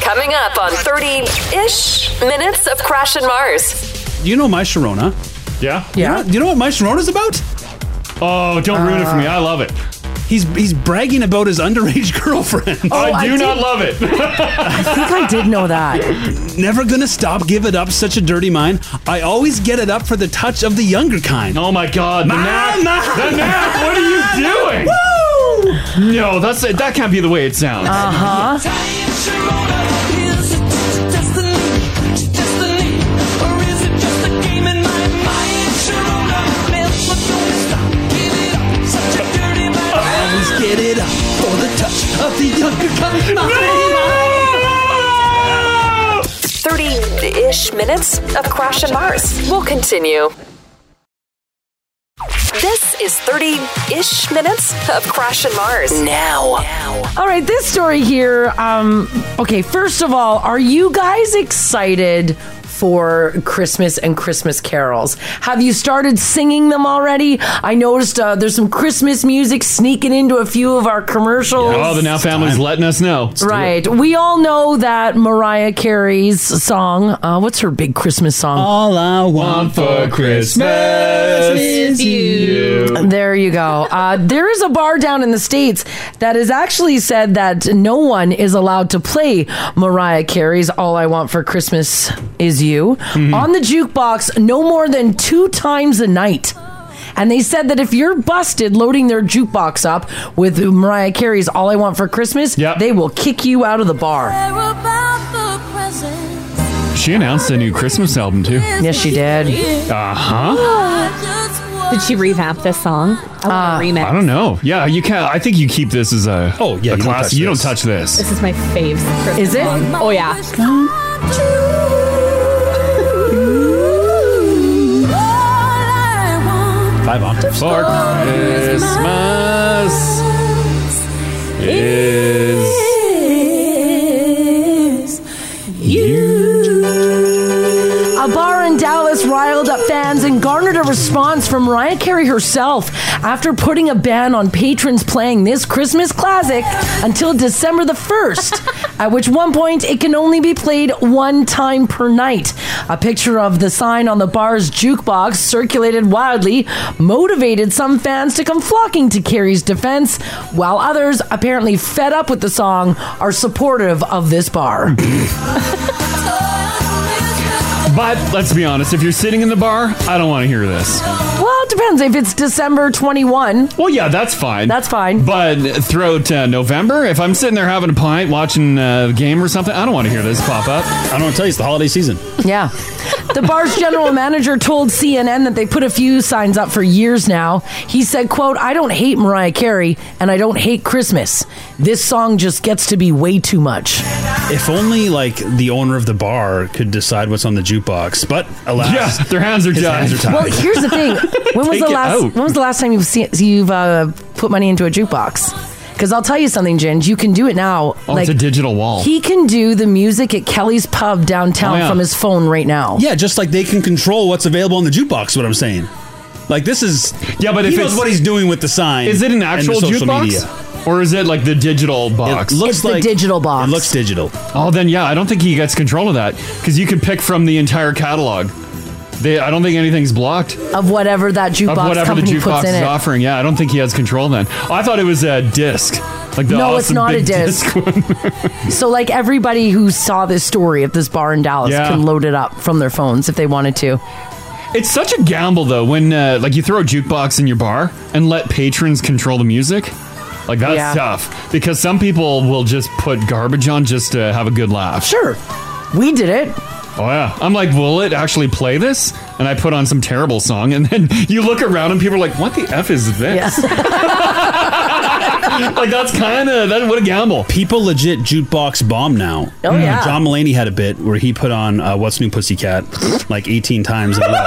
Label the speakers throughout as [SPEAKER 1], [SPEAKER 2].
[SPEAKER 1] Coming up on 30 ish minutes of Crash and Mars.
[SPEAKER 2] You know my Sharona.
[SPEAKER 3] Yeah?
[SPEAKER 2] You know, you know what my Sharona's about?
[SPEAKER 3] Oh, don't ruin it for me. I love it.
[SPEAKER 2] He's he's bragging about his underage girlfriend.
[SPEAKER 3] Oh, I
[SPEAKER 4] I
[SPEAKER 3] do not
[SPEAKER 4] did-
[SPEAKER 3] love it.
[SPEAKER 4] I think I did know that.
[SPEAKER 2] Never gonna stop, give it up, such a dirty mind. I always get it up for the touch of the younger kind.
[SPEAKER 3] Oh my god, the
[SPEAKER 2] Ma-
[SPEAKER 3] nap.
[SPEAKER 2] ma-
[SPEAKER 3] The nap. What are
[SPEAKER 2] Woo!
[SPEAKER 3] you doing? No, that's that can't be the way it sounds.
[SPEAKER 2] Always get it up for the touch of the younger kind.
[SPEAKER 1] 30 ish minutes of Crash and Mars. We'll continue. This is 30 ish minutes of Crash and Mars. Now.
[SPEAKER 4] All right, this story here. Um, okay, first of all, are you guys excited for Christmas and Christmas carols? Have you started singing them already? I noticed uh, there's some Christmas music sneaking into a few of our commercials.
[SPEAKER 3] Oh, the now family's letting us know.
[SPEAKER 4] Right. We all know that Mariah Carey's song. Uh, what's her big Christmas song?
[SPEAKER 2] All I want
[SPEAKER 3] For Christmas
[SPEAKER 2] is
[SPEAKER 3] you.
[SPEAKER 4] There you go. Uh, there is a bar down in the States that has actually said that no one is allowed to play Mariah Carey's All I Want for Christmas Is You on the jukebox no more than two times a night. And they said that if you're busted loading their jukebox up with Mariah Carey's All I Want for Christmas,
[SPEAKER 3] Yep.
[SPEAKER 4] they will kick you out of the bar.
[SPEAKER 3] She announced a new Christmas album too.
[SPEAKER 4] Yes, she did.
[SPEAKER 3] Uh huh.
[SPEAKER 5] Did she revamp this song? I
[SPEAKER 4] Uh,
[SPEAKER 5] want a remix.
[SPEAKER 3] I don't know. Yeah, you can. I think you keep this as a
[SPEAKER 2] Oh, yeah,
[SPEAKER 3] a
[SPEAKER 2] you don't
[SPEAKER 3] class.
[SPEAKER 2] touch
[SPEAKER 3] you don't
[SPEAKER 2] this.
[SPEAKER 3] touch this.
[SPEAKER 5] This is my fave. Christmas
[SPEAKER 4] Is it?
[SPEAKER 5] song. Oh yeah.
[SPEAKER 2] Five octaves.
[SPEAKER 3] For
[SPEAKER 4] Oh,
[SPEAKER 3] Christmas is
[SPEAKER 4] A bar in Dallas riled up fans and garnered a response from Mariah Carey herself after putting a ban on patrons playing this Christmas classic until December the 1st, at which one point it can only be played one time per night. A picture of the sign on the bar's jukebox circulated wildly, motivated some fans to come flocking to Carey's defense, while others, apparently fed up with the song, are supportive of this bar.
[SPEAKER 3] But let's be honest, if you're sitting in the bar, I don't want to hear this.
[SPEAKER 4] well, it depends. If it's December 21,
[SPEAKER 3] Well, yeah, that's fine.
[SPEAKER 4] That's fine.
[SPEAKER 3] But throughout uh, November, if I'm sitting there having a pint, watching uh, the game or something, I don't want to hear this pop up.
[SPEAKER 2] I don't want to tell you, it's the holiday season.
[SPEAKER 4] Yeah. The bar's general manager told CNN that they put a few signs up for years now. He said, quote, I don't hate Mariah Carey and I don't hate Christmas. This song just gets to be way too much.
[SPEAKER 2] If only like the owner of the bar could decide what's on the jukebox, but alas,
[SPEAKER 3] Yeah, their hands are
[SPEAKER 2] Uh, his
[SPEAKER 3] tied.
[SPEAKER 2] hands are tied.
[SPEAKER 4] Well, here's the thing. When was
[SPEAKER 3] Take
[SPEAKER 4] the
[SPEAKER 3] it
[SPEAKER 4] last
[SPEAKER 3] out.
[SPEAKER 4] when was the last time you've seen, you've uh, put money into a jukebox? Cuz I'll tell you something, Ginge, you can do it now.
[SPEAKER 3] Oh, it's a digital wall.
[SPEAKER 4] He can do the music at Kelly's Pub downtown
[SPEAKER 3] Oh, yeah.
[SPEAKER 4] from his phone right now.
[SPEAKER 2] yeah, just like they can control what's available on the jukebox. Is what I'm saying. Like this is
[SPEAKER 3] Yeah, but
[SPEAKER 2] he
[SPEAKER 3] if
[SPEAKER 2] knows
[SPEAKER 3] it's-
[SPEAKER 2] what he's doing with the sign.
[SPEAKER 3] Is it an
[SPEAKER 2] and
[SPEAKER 3] actual
[SPEAKER 2] the social
[SPEAKER 3] jukebox?
[SPEAKER 2] Media.
[SPEAKER 3] Or is it like the digital box?
[SPEAKER 2] It looks
[SPEAKER 4] It's the
[SPEAKER 2] like
[SPEAKER 4] digital box.
[SPEAKER 2] It looks digital.
[SPEAKER 3] oh, then yeah, I don't think he gets control of that because you can pick from the entire catalog. They, I don't think anything's blocked
[SPEAKER 4] Of whatever that
[SPEAKER 3] of
[SPEAKER 4] jukebox
[SPEAKER 3] whatever the
[SPEAKER 4] company
[SPEAKER 3] jukebox
[SPEAKER 4] puts in
[SPEAKER 3] is
[SPEAKER 4] it.
[SPEAKER 3] offering. Yeah, I don't think he has control then. I thought it was a disc. Like the
[SPEAKER 4] No, it's
[SPEAKER 3] awesome
[SPEAKER 4] not a
[SPEAKER 3] big
[SPEAKER 4] disc.
[SPEAKER 3] one.
[SPEAKER 4] So, like everybody who saw this story at this bar in Dallas
[SPEAKER 3] Yeah.
[SPEAKER 4] can load it up from their phones if they wanted to.
[SPEAKER 3] It's such a gamble though when uh, like you throw a jukebox in your bar and let patrons control the music. Like that's
[SPEAKER 4] Yeah.
[SPEAKER 3] tough because some people will just put garbage on just to have a good laugh.
[SPEAKER 4] Sure, we did it.
[SPEAKER 3] Oh yeah. I'm like, will it actually play this? And I put on some terrible song and then you look around and people are like, what the F is this? like that's kind of that what a gamble.
[SPEAKER 2] People legit jukebox bomb now. Mm.
[SPEAKER 4] Oh, yeah.
[SPEAKER 2] John Mulaney had a bit where he put on uh, "What's New Pussycat" like 18 times in a row.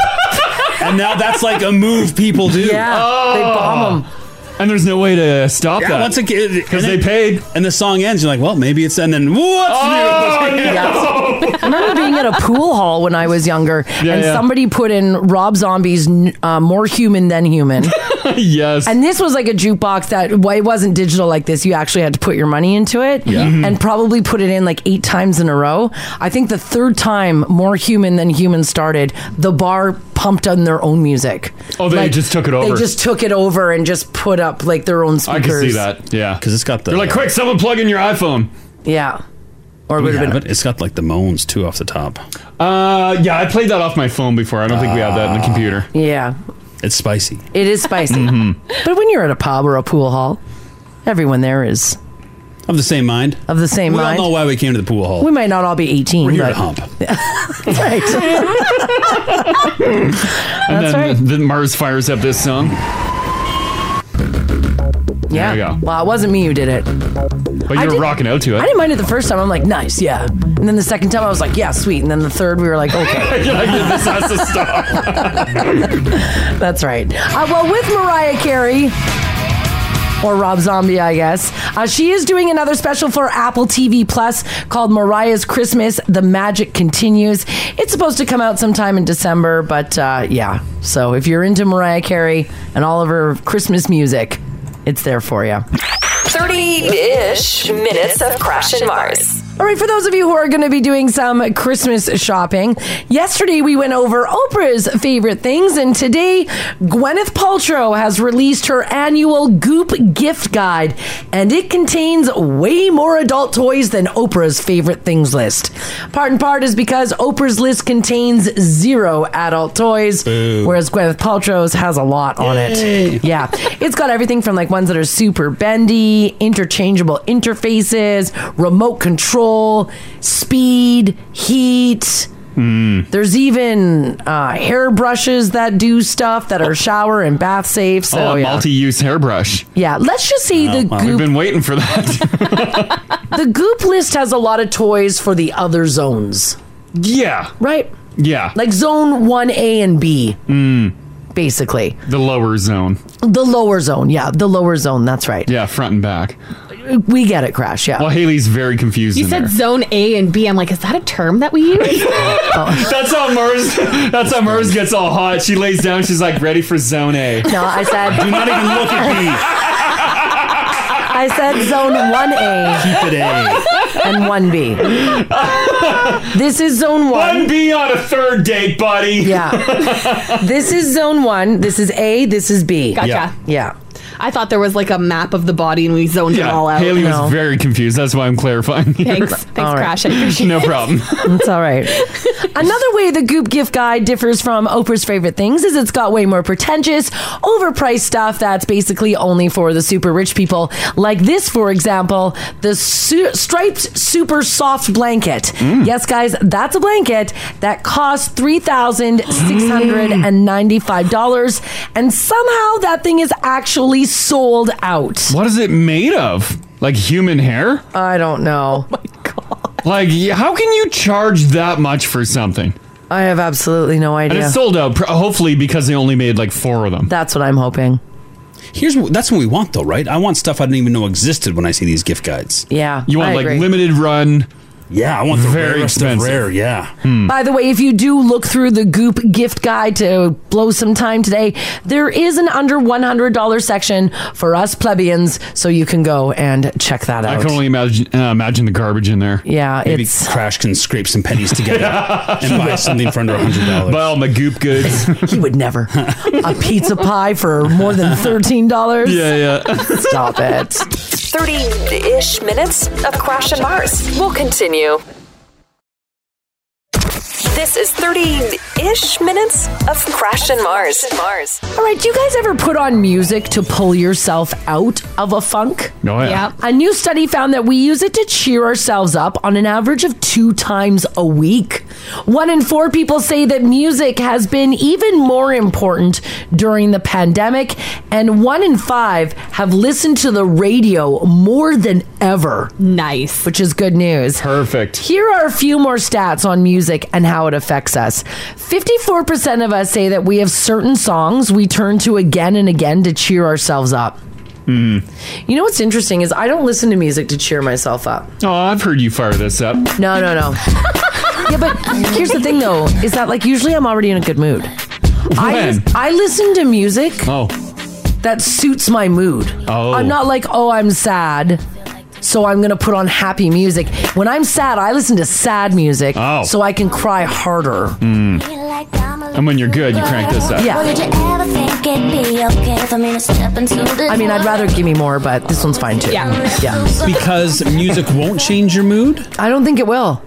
[SPEAKER 2] And now that's like a move people do.
[SPEAKER 4] Yeah, they
[SPEAKER 3] Oh.
[SPEAKER 4] bomb them.
[SPEAKER 3] And there's no way to stop
[SPEAKER 2] Oh, Yeah,
[SPEAKER 3] that.
[SPEAKER 2] once again,
[SPEAKER 3] because they paid.
[SPEAKER 2] and the song ends, you're like, well, maybe it's and then what's
[SPEAKER 3] Oh,
[SPEAKER 2] new?
[SPEAKER 4] I remember being at a pool hall when I was younger, and
[SPEAKER 3] yeah.
[SPEAKER 4] somebody put in Rob Zombie's n- uh, "More Human Than Human,"
[SPEAKER 3] yes.
[SPEAKER 4] And this was like a jukebox that well, it wasn't digital like this. You actually had to put your money into it
[SPEAKER 6] Yeah. Mhm.
[SPEAKER 3] Mm-hmm.
[SPEAKER 4] and probably put it in like eight times in a row. I think the third time, more human than human started, the bar pumped on their own music.
[SPEAKER 3] Oh, they
[SPEAKER 4] Like,
[SPEAKER 3] just took it
[SPEAKER 4] They
[SPEAKER 3] over.
[SPEAKER 4] just took it over and just put up like their own
[SPEAKER 3] I
[SPEAKER 4] speakers.
[SPEAKER 3] can see that. Yeah, because
[SPEAKER 2] it's got the.
[SPEAKER 3] You're like, quick, someone plug in your iPhone.
[SPEAKER 4] Yeah.
[SPEAKER 2] Or
[SPEAKER 3] would have been-
[SPEAKER 2] It's got like the moans too off the top.
[SPEAKER 3] Uh, yeah, I played that off my phone before. I don't think we have
[SPEAKER 4] Ah.
[SPEAKER 3] that in the computer.
[SPEAKER 4] Yeah,
[SPEAKER 2] it's spicy.
[SPEAKER 4] It is spicy.
[SPEAKER 3] Mm-hmm.
[SPEAKER 4] But when you're at a pub or a pool hall, everyone there is
[SPEAKER 2] of the same mind.
[SPEAKER 4] Of the same
[SPEAKER 2] we
[SPEAKER 4] mind.
[SPEAKER 2] all know why we came to the pool hall.
[SPEAKER 4] We might not all be 18.
[SPEAKER 2] We're here to
[SPEAKER 4] but-
[SPEAKER 2] hump.
[SPEAKER 3] And
[SPEAKER 4] That's
[SPEAKER 3] then,
[SPEAKER 4] right.
[SPEAKER 3] then Mars fires up this song.
[SPEAKER 4] Yeah.
[SPEAKER 3] There we go.
[SPEAKER 4] Well, it wasn't me who did it.
[SPEAKER 3] But
[SPEAKER 4] I
[SPEAKER 3] you were
[SPEAKER 4] did-
[SPEAKER 3] rocking out to it.
[SPEAKER 4] I didn't mind it the first time. I'm like, nice, yeah. And then the second time, I was like, yeah, sweet. And then the third, we were like, okay.
[SPEAKER 3] You're like, this has to stop.
[SPEAKER 4] That's right. Uh, well, with Mariah Carey. Or Rob Zombie, I guess. Uh, she is doing another special for Apple TV Plus called Mariah's Christmas The Magic Continues. It's supposed to come out sometime in December, but uh, yeah. So if you're into Mariah Carey and all of her Christmas music, it's there for you.
[SPEAKER 1] 30-ish minutes of Crash and Mars.
[SPEAKER 4] All right, for those of you who are going to be doing some Christmas shopping, yesterday we went over Oprah's favorite things, and today Gwyneth Paltrow has released her annual Goop gift guide, and it contains way more adult toys than Oprah's favorite things list. Part and part is because Oprah's list contains zero adult toys, whereas Gwyneth Paltrow's has a lot on it. Yeah, it's got everything from like ones that are super bendy, interchangeable interfaces, remote control, speed, heat.
[SPEAKER 3] Mm.
[SPEAKER 4] There's even uh, hair brushes that do stuff that are shower and bath safe. So
[SPEAKER 3] oh, a
[SPEAKER 4] yeah.
[SPEAKER 3] multi-use hairbrush.
[SPEAKER 4] yeah, let's just say the
[SPEAKER 3] We've
[SPEAKER 4] goop
[SPEAKER 3] been waiting for that.
[SPEAKER 4] the goop list has a lot of toys for the other zones.
[SPEAKER 3] Yeah.
[SPEAKER 4] Right?
[SPEAKER 3] Yeah.
[SPEAKER 4] Like zone 1A and B.
[SPEAKER 3] Mm.
[SPEAKER 4] Basically.
[SPEAKER 3] The lower zone.
[SPEAKER 4] The lower zone. Yeah, the lower zone. That's right.
[SPEAKER 3] Yeah, front and back.
[SPEAKER 4] We get it, Crash. Yeah.
[SPEAKER 3] Well, Haley's very confused.
[SPEAKER 5] You
[SPEAKER 3] in
[SPEAKER 5] said
[SPEAKER 3] there.
[SPEAKER 5] zone A and B. I'm like, is that a term that we use?
[SPEAKER 3] That's how Murs. That's how Murs gets all hot. She lays down. She's like ready for zone A.
[SPEAKER 4] No, I said.
[SPEAKER 2] Do not even look at
[SPEAKER 4] I said zone 1A
[SPEAKER 2] me. Keep it A.
[SPEAKER 4] and 1B. This is zone 1.
[SPEAKER 3] One B on a third date, buddy.
[SPEAKER 4] Yeah. This is zone 1. This is A. This is B.
[SPEAKER 5] Gotcha.
[SPEAKER 3] Yeah.
[SPEAKER 4] Yeah.
[SPEAKER 5] I thought there was like a map of the body and we zoned it all out.
[SPEAKER 3] Haley was very confused. That's why I'm clarifying. here.
[SPEAKER 5] Thanks. Thanks,
[SPEAKER 4] All right.
[SPEAKER 5] Crash. I appreciate
[SPEAKER 3] No problem.
[SPEAKER 4] It's all right. Another way the Goop gift guide differs from Oprah's favorite things is it's got way more pretentious, overpriced stuff that's basically only for the super rich people. Like this, for example, the su- striped super soft blanket.
[SPEAKER 3] Mm.
[SPEAKER 4] Yes, guys, that's a blanket that costs three thousand six hundred and ninety-five dollars, and somehow that thing is actually sold out.
[SPEAKER 3] what is it made of? Like human hair?
[SPEAKER 4] I don't know.
[SPEAKER 3] Like y- how can you charge that much for something?
[SPEAKER 4] I have absolutely no
[SPEAKER 3] And
[SPEAKER 4] idea.
[SPEAKER 3] it's sold out. pr- Hopefully because they only made like four of them.
[SPEAKER 4] that's what I'm hoping.
[SPEAKER 2] Here's what, that's what we want though, right? I want stuff I didn't even know existed when I see these gift guides.
[SPEAKER 4] Yeah,
[SPEAKER 3] You want
[SPEAKER 4] I
[SPEAKER 3] like
[SPEAKER 4] agree.
[SPEAKER 3] limited run.
[SPEAKER 2] Yeah, I want the
[SPEAKER 3] Very
[SPEAKER 2] rarest
[SPEAKER 3] expensive.
[SPEAKER 2] of rare. Yeah,
[SPEAKER 4] By the way, if you do look through the Goop gift guide to blow some time today, there is an under $100 section for us plebeians, so you can go and check that
[SPEAKER 3] I
[SPEAKER 4] out.
[SPEAKER 3] can only imagine uh, imagine the garbage in there.
[SPEAKER 4] yeah,
[SPEAKER 2] maybe
[SPEAKER 4] it's
[SPEAKER 2] Crash can scrape some pennies together and buy something for under hundred dollars.
[SPEAKER 3] Buy all my goop goods.
[SPEAKER 4] he would never a pizza pie for more than $13.
[SPEAKER 3] yeah, Oh, yeah.
[SPEAKER 4] Stop it.
[SPEAKER 1] 30-ish minutes of Crash and Mars. We'll continue. This is 30-ish minutes of Crash and Mars. Mars.
[SPEAKER 4] All right, do you guys ever put on music to pull yourself out of a funk?
[SPEAKER 3] No, yeah.
[SPEAKER 5] Yep.
[SPEAKER 4] A new study found that we use it to cheer ourselves up on an average of two times a week. One in four people say that music has been even more important during the pandemic, and one in five have listened to the radio more than ever,
[SPEAKER 5] Nice.
[SPEAKER 4] which is good news.
[SPEAKER 3] Perfect.
[SPEAKER 4] Here are a few more stats on music and how it affects us. 54% of us say that we have certain songs we turn to again and again to cheer ourselves up. You know what's interesting is I don't listen to music to cheer myself up.
[SPEAKER 3] Oh, I've heard you fire this up.
[SPEAKER 4] No, no, no. yeah, but here's the thing though is that like usually I'm already in a good mood. I,
[SPEAKER 3] When?
[SPEAKER 4] I listen to music
[SPEAKER 3] Oh,
[SPEAKER 4] that suits my mood.
[SPEAKER 3] Oh.
[SPEAKER 4] I'm not like, oh, I'm sad. So I'm gonna put on happy music. When I'm sad, I listen to sad music
[SPEAKER 3] Oh. Mm.
[SPEAKER 4] so I can cry harder.
[SPEAKER 3] And when you're good, you crank this up.
[SPEAKER 4] Yeah.
[SPEAKER 6] Well, did you ever think it'd be okay for me to step into the
[SPEAKER 4] I mean, I'd rather give me more, but this one's fine too.
[SPEAKER 3] mm.
[SPEAKER 6] Yeah.
[SPEAKER 4] Yeah.
[SPEAKER 2] Because music won't change your mood?
[SPEAKER 4] I don't think it will.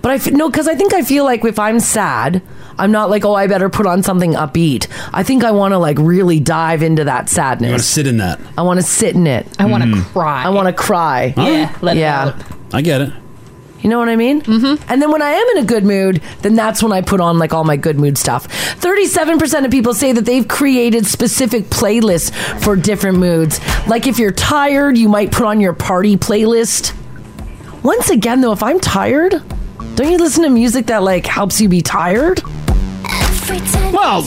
[SPEAKER 4] But I f- no, because I think I feel like if I'm sad, I'm not like, oh, I better put on something upbeat. I think I want to like really dive into that sadness.
[SPEAKER 2] You want to sit in that.
[SPEAKER 4] I want to sit in it. I want to
[SPEAKER 3] Mm.
[SPEAKER 4] cry. I want to cry.
[SPEAKER 2] Yeah, let it
[SPEAKER 4] yeah.
[SPEAKER 2] I get it.
[SPEAKER 4] You know what I mean? Mm-hmm. And then when I am in a good mood, then that's when I put on like all my good mood stuff. 37% of people say that they've created specific playlists for different moods. Like if you're tired, you might put on your party playlist. Once again, though, if I'm tired, don't you listen to music that like helps you be tired?
[SPEAKER 3] Well,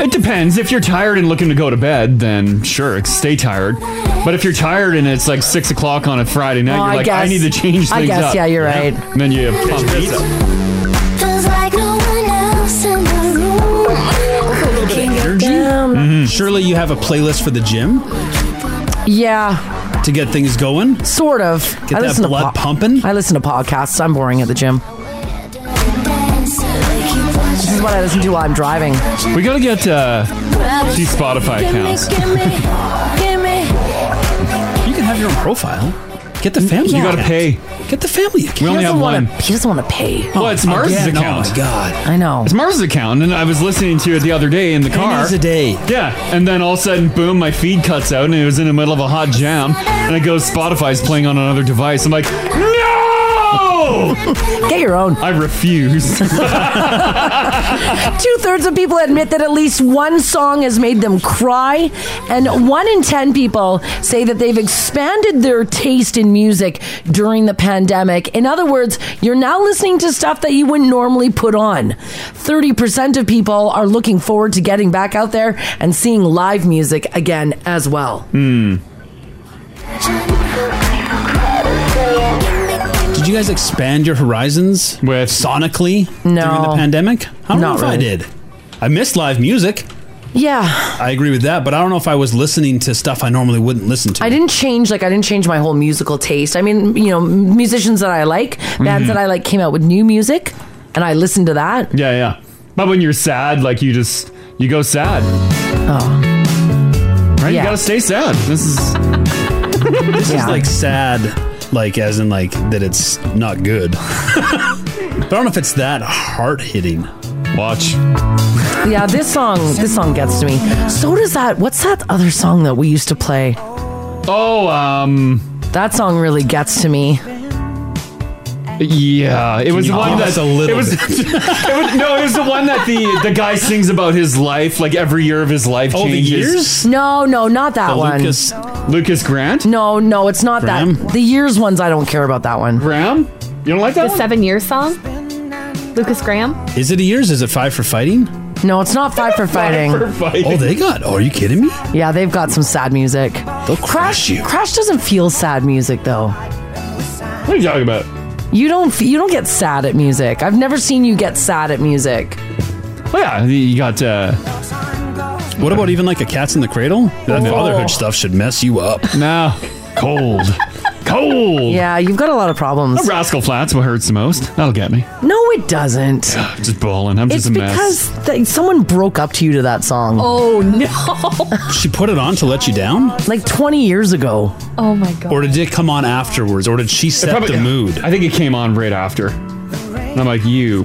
[SPEAKER 3] it depends. If you're tired and looking to go to bed, then sure, stay tired. But if you're tired and it's like six o'clock on a Friday night,
[SPEAKER 4] Oh,
[SPEAKER 3] you're
[SPEAKER 4] I
[SPEAKER 3] like, I
[SPEAKER 4] guess-
[SPEAKER 3] need to change things
[SPEAKER 4] I guess,
[SPEAKER 3] up.
[SPEAKER 4] yeah, you're right.
[SPEAKER 3] And then you pump beats.
[SPEAKER 6] Feels like no one else in the room.
[SPEAKER 2] Energy? Mhm. Surely you have a playlist for the gym
[SPEAKER 4] Yeah,
[SPEAKER 2] to get things going?
[SPEAKER 4] sort of.
[SPEAKER 2] Get that blood pumping?
[SPEAKER 4] I listen to podcasts. I'm boring at the gym. This is what I listen to while I'm driving.
[SPEAKER 3] We gotta get uh, two Spotify accounts.
[SPEAKER 2] You can have your own profile. Get the family.
[SPEAKER 3] You gotta
[SPEAKER 2] account.
[SPEAKER 3] pay.
[SPEAKER 2] Get the family. account.
[SPEAKER 3] We only have
[SPEAKER 4] Wanna- Oh,
[SPEAKER 3] one.
[SPEAKER 4] he doesn't want to pay.
[SPEAKER 3] Well, it's Mars's
[SPEAKER 2] Again,
[SPEAKER 3] account.
[SPEAKER 2] Oh my god.
[SPEAKER 4] I know.
[SPEAKER 3] It's Mars's account, and I was listening to it the other day in the car.
[SPEAKER 2] Pennies a day.
[SPEAKER 3] Yeah, and then all of a sudden, boom, my feed cuts out, and it was in the middle of a hot jam, and it goes Spotify's playing on another device. I'm like, no!
[SPEAKER 4] Get your own.
[SPEAKER 3] I refuse.
[SPEAKER 4] Two thirds of people admit that at least one song has made them cry, and one in 10 people say that they've expanded their taste in music during the pandemic. In other words, you're now listening to stuff that you wouldn't normally put on. 30% of people are looking forward to getting back out there and seeing live music again as well.
[SPEAKER 2] Did you guys expand your horizons
[SPEAKER 3] With-
[SPEAKER 2] sonically during
[SPEAKER 4] No.
[SPEAKER 2] the pandemic? I don't know
[SPEAKER 4] Not
[SPEAKER 2] if I
[SPEAKER 4] really.
[SPEAKER 2] did. I missed live music.
[SPEAKER 4] Yeah,
[SPEAKER 2] I agree with that, but I don't know if I was listening to stuff I normally wouldn't listen to.
[SPEAKER 4] I didn't change, like, I didn't change my whole musical taste. I mean, you know, musicians that I like,
[SPEAKER 2] Mm-hmm.
[SPEAKER 4] bands that I like came out with new music, and I listened to that.
[SPEAKER 3] yeah, yeah. But when you're sad, like you just you go sad.
[SPEAKER 2] Oh.
[SPEAKER 3] Right?
[SPEAKER 4] Yeah.
[SPEAKER 3] You gotta stay sad. This is
[SPEAKER 2] This
[SPEAKER 4] Yeah.
[SPEAKER 2] is like sad, like as in like that it's not good. but I don't know if it's that heart hitting.
[SPEAKER 3] watch.
[SPEAKER 4] Yeah, this song, this song gets to me. So does that. What's that other song that we used to play?
[SPEAKER 3] Oh, um,
[SPEAKER 4] That song really gets to me.
[SPEAKER 3] yeah. It was
[SPEAKER 2] you
[SPEAKER 3] the one
[SPEAKER 2] give
[SPEAKER 3] that
[SPEAKER 2] us Oh, a little
[SPEAKER 3] it was,
[SPEAKER 2] bit?
[SPEAKER 3] it was- no, it was the one that the the guy sings about his life, like every year of his life
[SPEAKER 2] Oh, the
[SPEAKER 3] changes.
[SPEAKER 2] years?
[SPEAKER 4] No, no, not that
[SPEAKER 2] The
[SPEAKER 4] one.
[SPEAKER 2] Lucas
[SPEAKER 3] Lucas Grant,
[SPEAKER 4] No, no, it's not
[SPEAKER 2] Graham?
[SPEAKER 4] that. The years ones, I don't care about that one.
[SPEAKER 3] Graham. You don't like that?
[SPEAKER 5] The
[SPEAKER 3] one?
[SPEAKER 5] seven years song? Lucas Graham?
[SPEAKER 2] is it a years? Is it five for fighting?
[SPEAKER 4] No, it's not Five for Fighting.
[SPEAKER 3] For fighting.
[SPEAKER 2] Oh, they got. Oh, are you kidding me?
[SPEAKER 4] Yeah, they've got some sad music.
[SPEAKER 2] They'll crash you.
[SPEAKER 4] Crash doesn't feel sad music though.
[SPEAKER 3] What are you talking about?
[SPEAKER 4] You don't. f- You don't get sad at music. I've never seen you get sad at music.
[SPEAKER 3] Well, Oh, yeah, you got uh,
[SPEAKER 2] What about even like a Cats in the Cradle? That fatherhood stuff should mess you up.
[SPEAKER 3] no cold, cold.
[SPEAKER 4] Yeah, you've got a lot of problems.
[SPEAKER 3] Rascal Flats will hurts the most. That'll get me.
[SPEAKER 4] No, it doesn't.
[SPEAKER 3] I'm just bawling. I'm
[SPEAKER 4] It's
[SPEAKER 3] just a mess.
[SPEAKER 4] because th- someone broke up to you to that song.
[SPEAKER 5] Oh, no.
[SPEAKER 2] She put it on to let you down,
[SPEAKER 4] like 20 years ago.
[SPEAKER 5] Oh, my God.
[SPEAKER 2] or did it come on afterwards, or did she set
[SPEAKER 3] Probably-
[SPEAKER 2] the mood?
[SPEAKER 3] I think it came on right after. And I'm like, you.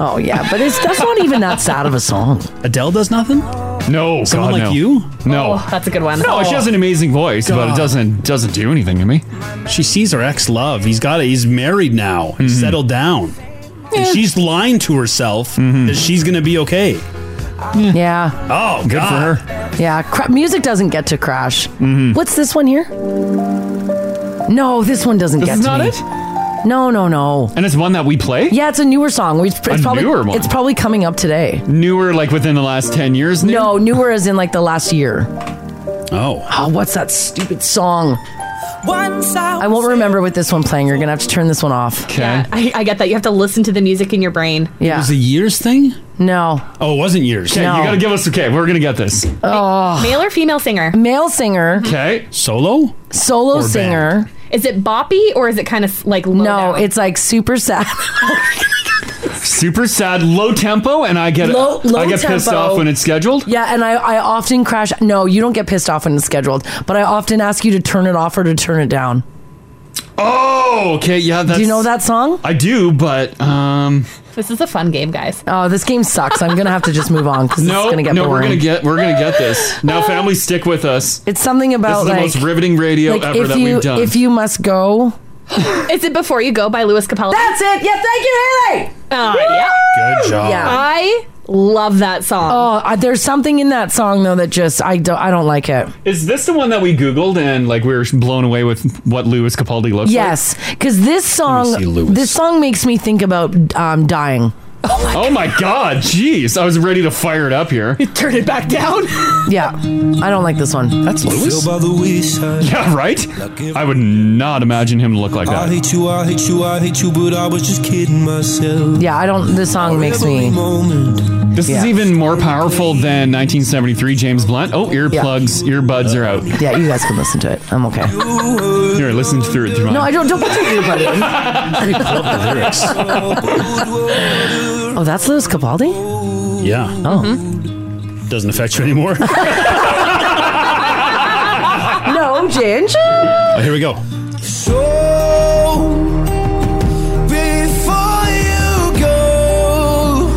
[SPEAKER 4] Oh yeah, but it's that's not even that sad of a song.
[SPEAKER 2] Adele does nothing.
[SPEAKER 3] No,
[SPEAKER 2] Someone
[SPEAKER 3] God,
[SPEAKER 2] like
[SPEAKER 3] no.
[SPEAKER 2] you.
[SPEAKER 3] No.
[SPEAKER 5] Oh, that's a good one.
[SPEAKER 3] No, she has an amazing voice, but
[SPEAKER 2] God.
[SPEAKER 3] it doesn't doesn't do anything to me.
[SPEAKER 2] She sees her ex love. He's got it. He's married now.
[SPEAKER 3] Mm-hmm.
[SPEAKER 2] He's settled down. And she's lying to herself
[SPEAKER 3] Mm-hmm.
[SPEAKER 2] that she's gonna be okay.
[SPEAKER 4] Yeah,
[SPEAKER 2] Oh,
[SPEAKER 3] Good
[SPEAKER 2] God.
[SPEAKER 3] for her.
[SPEAKER 4] yeah. Cra- music doesn't get to crash. What's this one here? No, this one doesn't
[SPEAKER 3] This
[SPEAKER 4] get
[SPEAKER 3] is
[SPEAKER 4] to
[SPEAKER 3] not
[SPEAKER 4] me.
[SPEAKER 3] it.
[SPEAKER 4] No, no, no.
[SPEAKER 3] And it's one that we play.
[SPEAKER 4] Yeah, it's a newer song. We- It's
[SPEAKER 3] A
[SPEAKER 4] probably
[SPEAKER 3] newer one?
[SPEAKER 4] it's probably coming up today.
[SPEAKER 3] Newer, like within the last ten years. New?
[SPEAKER 4] No, newer is in like the last year.
[SPEAKER 2] Oh,
[SPEAKER 4] Oh, what's that stupid song?
[SPEAKER 7] Once I
[SPEAKER 4] I won't remember with this one playing. You're gonna have to turn this one off.
[SPEAKER 2] Okay. Yeah,
[SPEAKER 5] I, I get that. You have to listen to the music in your brain.
[SPEAKER 4] Yeah.
[SPEAKER 2] It was a years thing?
[SPEAKER 4] No.
[SPEAKER 2] Oh, it wasn't years.
[SPEAKER 5] Okay, you No. gotta
[SPEAKER 2] give us okay. We're gonna get this.
[SPEAKER 4] Oh.
[SPEAKER 5] Male or female singer?
[SPEAKER 4] Male singer.
[SPEAKER 2] Okay. Solo?
[SPEAKER 4] Solo singer.
[SPEAKER 5] Is it boppy or is it kind of like low
[SPEAKER 4] No, it's like super sad.
[SPEAKER 3] Super sad, low tempo, and I get
[SPEAKER 4] Low- low
[SPEAKER 3] I get pissed
[SPEAKER 4] tempo.
[SPEAKER 3] off when it's scheduled.
[SPEAKER 4] yeah, and I, I often crash. No, you don't get pissed off when it's scheduled, but I often ask you to turn it off or to turn it down.
[SPEAKER 3] Oh, okay, yeah. That's,
[SPEAKER 4] do you know that song?
[SPEAKER 3] I do, but um,
[SPEAKER 5] This is a fun game, guys.
[SPEAKER 4] Oh, this game sucks. I'm gonna have to just move on because
[SPEAKER 3] no,
[SPEAKER 4] it's gonna get
[SPEAKER 3] no,
[SPEAKER 4] boring.
[SPEAKER 3] we're gonna get we're gonna get this. Now, family, stick with us.
[SPEAKER 4] It's something
[SPEAKER 3] this
[SPEAKER 4] about
[SPEAKER 3] is
[SPEAKER 4] like
[SPEAKER 3] the most riveting radio
[SPEAKER 4] like,
[SPEAKER 3] ever
[SPEAKER 4] if
[SPEAKER 3] that
[SPEAKER 4] you
[SPEAKER 3] we've done.
[SPEAKER 4] if you must go.
[SPEAKER 5] Is it Before You Go by Lewis Capaldi?
[SPEAKER 4] That's it. Yeah, thank you, Haley.
[SPEAKER 5] Oh, yeah.
[SPEAKER 2] Good
[SPEAKER 3] Oh.
[SPEAKER 4] job. Yeah.
[SPEAKER 5] I love that song.
[SPEAKER 4] Oh, I, there's something in that song though that just I don't I don't like it.
[SPEAKER 3] is this the one that we Googled and like we were blown away with what Lewis Capaldi looks
[SPEAKER 4] Yes, because this song
[SPEAKER 3] see, Lewis.
[SPEAKER 4] this song makes me think about um, dying.
[SPEAKER 3] like? Yes. Oh my god, jeez! I was ready to fire it up here.
[SPEAKER 4] Turn it back down. yeah, I don't like this one.
[SPEAKER 3] That's Lewis. Yeah, right. I would not imagine him to look like
[SPEAKER 8] I
[SPEAKER 3] that.
[SPEAKER 8] hate you, I hate you, I hate you, but I was just kidding myself.
[SPEAKER 4] Yeah, I don't. This song makes me.
[SPEAKER 3] This is even more powerful than 1973 James Blunt. Oh, earplugs, earbuds are out.
[SPEAKER 4] Yeah, you guys can listen to it. I'm okay.
[SPEAKER 3] Here, listen through it.
[SPEAKER 4] No, I don't. Don't put your earbud in. oh, that's Louis Capaldi.
[SPEAKER 2] Yeah.
[SPEAKER 4] Oh. Mm-hmm.
[SPEAKER 2] Doesn't affect you anymore.
[SPEAKER 4] no, Ginger.
[SPEAKER 2] Oh, here we go.
[SPEAKER 8] So before you go,